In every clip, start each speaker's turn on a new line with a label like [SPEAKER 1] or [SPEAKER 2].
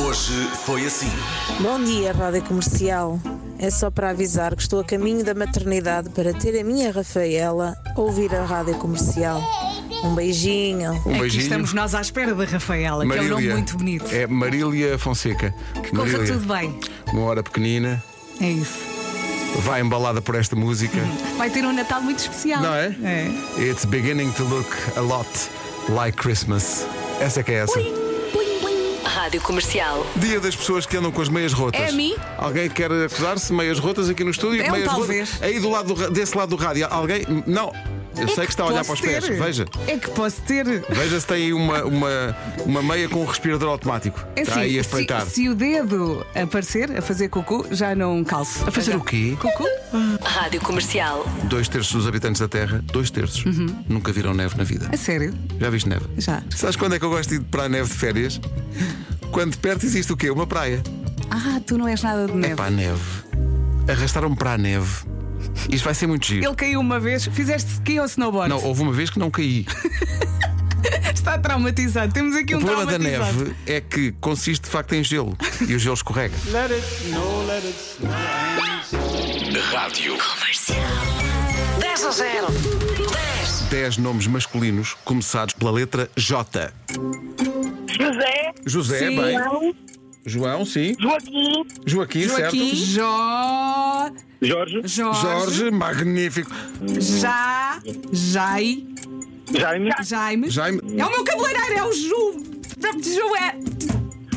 [SPEAKER 1] Hoje foi assim.
[SPEAKER 2] Bom dia, Rádio Comercial. É só para avisar que estou a caminho da maternidade para ter a minha Rafaela a ouvir a Rádio Comercial. Um beijinho.
[SPEAKER 3] Um
[SPEAKER 4] Aqui
[SPEAKER 3] beijinho.
[SPEAKER 4] estamos nós à espera da Rafaela, que é um nome muito bonito.
[SPEAKER 3] É Marília Fonseca.
[SPEAKER 4] Corra
[SPEAKER 3] Marília,
[SPEAKER 4] tudo bem.
[SPEAKER 3] Uma hora pequenina,
[SPEAKER 4] É isso.
[SPEAKER 3] vai embalada por esta música,
[SPEAKER 4] Vai ter um Natal muito especial.
[SPEAKER 3] não é?
[SPEAKER 4] É.
[SPEAKER 3] It's beginning to look a lot like Christmas. Essa é que é essa.
[SPEAKER 5] Rádio Comercial.
[SPEAKER 3] Dia das pessoas que andam com as meias rotas.
[SPEAKER 4] É a mim?
[SPEAKER 3] Alguém quer acusar-se meias rotas aqui no estúdio?
[SPEAKER 4] Eu,
[SPEAKER 3] meias
[SPEAKER 4] talvez. É
[SPEAKER 3] rotas. Aí do lado do ra- desse lado do rádio. Alguém? Não. Eu sei que está a olhar para
[SPEAKER 4] posso
[SPEAKER 3] os pés.
[SPEAKER 4] ter.
[SPEAKER 3] Veja.
[SPEAKER 4] É que posso ter.
[SPEAKER 3] Veja se tem aí uma, uma, uma meia com um respirador automático.
[SPEAKER 4] É
[SPEAKER 3] está
[SPEAKER 4] assim,
[SPEAKER 3] aí a espreitar.
[SPEAKER 4] se, se o dedo aparecer a fazer cucu, já não calço.
[SPEAKER 3] A fazer o quê?
[SPEAKER 4] Cucu?
[SPEAKER 5] Rádio Comercial.
[SPEAKER 3] Dois terços dos habitantes da Terra, dois terços, nunca viram neve na vida.
[SPEAKER 4] A sério?
[SPEAKER 3] Já viste neve?
[SPEAKER 4] Já.
[SPEAKER 3] Sabes quando é que eu gosto de ir para a neve de férias? Quando de perto existe o quê? Uma praia.
[SPEAKER 4] Ah, tu não és nada de
[SPEAKER 3] É
[SPEAKER 4] neve.
[SPEAKER 3] para a neve. Arrastaram-me para a neve. Isto vai ser muito giro.
[SPEAKER 4] Ele caiu uma vez. Fizeste ski ou snowboard?
[SPEAKER 3] Não, houve uma vez que não caí.
[SPEAKER 4] Está traumatizado. Temos aqui
[SPEAKER 3] O
[SPEAKER 4] um
[SPEAKER 3] problema da
[SPEAKER 4] traumatizado.
[SPEAKER 3] neve é que consiste de facto em gelo e o gelo escorrega.
[SPEAKER 1] Rádio.
[SPEAKER 6] 10 a 0.
[SPEAKER 3] 10 nomes masculinos começados pela letra J.
[SPEAKER 6] José,
[SPEAKER 3] José,
[SPEAKER 4] Sim.
[SPEAKER 3] bem.
[SPEAKER 6] João,
[SPEAKER 3] João, sim.
[SPEAKER 6] Joaquim,
[SPEAKER 3] Joaquim,
[SPEAKER 4] Joaquim,
[SPEAKER 3] certo.
[SPEAKER 4] Jó,
[SPEAKER 6] Jorge,
[SPEAKER 4] Jorge,
[SPEAKER 3] Jorge, magnífico.
[SPEAKER 4] Já, Jai,
[SPEAKER 6] Jaime,
[SPEAKER 4] Jaime.
[SPEAKER 3] Jaime.
[SPEAKER 4] É o meu cabeleireiro, é o Ju. é. Joé.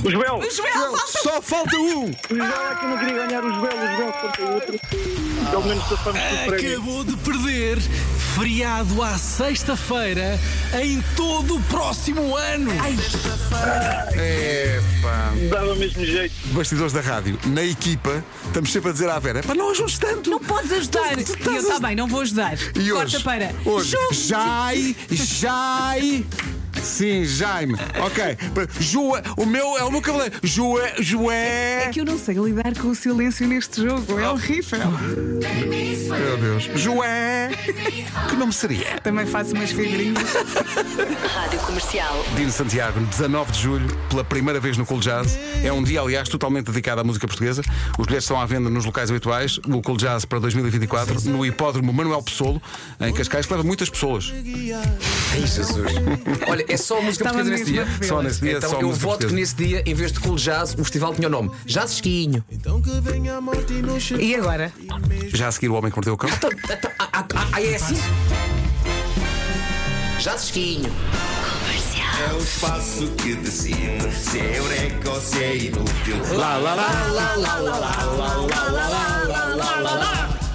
[SPEAKER 6] o Joel.
[SPEAKER 4] O Joel, falta
[SPEAKER 3] Só falta um!
[SPEAKER 6] O Joel é que eu não queria ganhar o Joel, o Joel contra o outro. Pelo menos passamos por prémio.
[SPEAKER 7] Acabou de perder feriado à sexta-feira em todo o próximo ano.
[SPEAKER 3] Epá.
[SPEAKER 6] Dava mesmo jeito.
[SPEAKER 3] Bastidores da rádio, na equipa, estamos sempre a dizer à Vera: pá, não ajudes tanto!
[SPEAKER 4] Não podes ajudar.
[SPEAKER 3] Tu- tu estás
[SPEAKER 4] E eu
[SPEAKER 3] a-
[SPEAKER 4] também, não vou ajudar.
[SPEAKER 3] E hoje,
[SPEAKER 4] Corta para.
[SPEAKER 3] hoje
[SPEAKER 4] Ju.
[SPEAKER 3] Jai, Jai. Sim, Jaime. Ok. Joa, o meu é o meu cabelo. Joa, Joé.
[SPEAKER 4] É que eu não sei lidar com o silêncio neste jogo.
[SPEAKER 3] Ah.
[SPEAKER 4] É horrível.
[SPEAKER 3] Meu Deus. Joé. Que nome seria?
[SPEAKER 4] Também faço umas figurinhas.
[SPEAKER 5] Rádio Comercial.
[SPEAKER 3] Dino Santiago, 19 de julho, pela primeira vez no Cool Jazz. É um dia, aliás, totalmente dedicado à música portuguesa. Os bilhetes estão à venda nos locais habituais. O Cool Jazz para 2024, no hipódromo Manuel Pessoa em Cascais, que leva muitas pessoas.
[SPEAKER 8] Ai, Jesus. Olha, é só música
[SPEAKER 4] Estava
[SPEAKER 8] portuguesa nesse
[SPEAKER 4] mesmo
[SPEAKER 8] dia.
[SPEAKER 4] a ver.
[SPEAKER 3] Só nesse dia,
[SPEAKER 8] Então
[SPEAKER 3] é só
[SPEAKER 8] eu
[SPEAKER 3] música
[SPEAKER 8] voto que
[SPEAKER 3] portuguesa.
[SPEAKER 8] nesse dia, em vez de Cool Jazz, o festival tinha o nome Jazz Esquinho.
[SPEAKER 4] E agora?
[SPEAKER 3] Já a seguir, o homem que mordeu o cão.
[SPEAKER 8] Então, então, ah, ah, ah, ah, é assim? Jazz Esquinho.
[SPEAKER 9] É o espaço que decide se é eureka ou se é inútil.
[SPEAKER 3] Lá, lá, lá.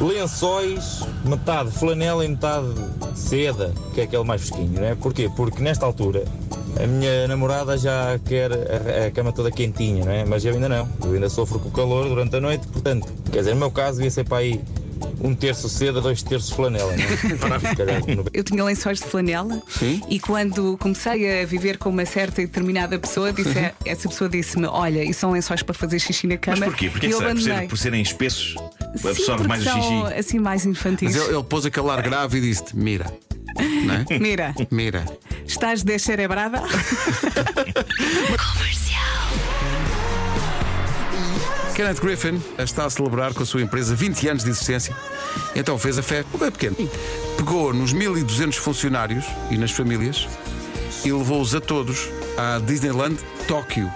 [SPEAKER 10] Lençóis, metade flanela e metade seda, que é aquele mais fresquinho, né? Porquê? Porque nesta altura a minha namorada já quer a, a cama toda quentinha, né? Mas eu ainda não. Eu ainda sofro com o calor durante a noite, portanto, quer dizer, no meu caso ia ser para aí um terço seda, dois terços flanela, né? Se calhar, no-
[SPEAKER 4] Eu tinha lençóis de flanela
[SPEAKER 3] Sim.
[SPEAKER 4] e quando comecei a viver com uma certa e determinada pessoa, disse,
[SPEAKER 11] Uhum.
[SPEAKER 4] essa pessoa disse-me: Olha, isso são lençóis para fazer xixi na cama.
[SPEAKER 11] Mas porquê? Porquê
[SPEAKER 4] e
[SPEAKER 11] que
[SPEAKER 4] eu
[SPEAKER 11] será? Por,
[SPEAKER 4] abandonei.
[SPEAKER 11] ser, por serem espessos?
[SPEAKER 4] Sim,
[SPEAKER 11] Absorve
[SPEAKER 4] porque
[SPEAKER 11] mais o
[SPEAKER 4] são
[SPEAKER 11] xixi.
[SPEAKER 4] assim mais infantis.
[SPEAKER 3] Mas ele, ele pôs aquele ar grave e disse-te: Mira, não é?
[SPEAKER 4] Mira,
[SPEAKER 3] Mira.
[SPEAKER 4] estás descerebrada?
[SPEAKER 3] Kenneth Griffin está a celebrar com a sua empresa 20 anos de existência. Então fez a festa, um bem pequeno. Pegou nos 1200 funcionários e nas famílias e levou-os a todos à Disneyland Tóquio.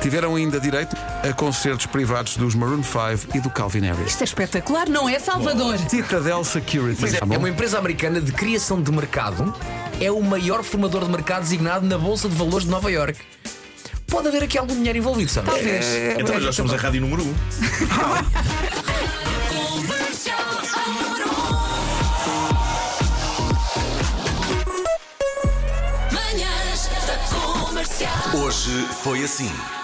[SPEAKER 3] Tiveram ainda direito a concertos privados dos Maroon 5 e do Calvin Harris.
[SPEAKER 4] Isto é espetacular, não é, Salvador?
[SPEAKER 3] Citadel Security.
[SPEAKER 8] Pois é,
[SPEAKER 3] Tá bom?
[SPEAKER 8] é uma empresa americana de criação de mercado, é o maior formador de mercado designado na Bolsa de Valores de Nova Iorque. Pode haver aqui algum dinheiro envolvido, sabe?
[SPEAKER 4] Talvez.
[SPEAKER 11] Então nós já somos a rádio número 1. Um.
[SPEAKER 1] Hoje foi assim.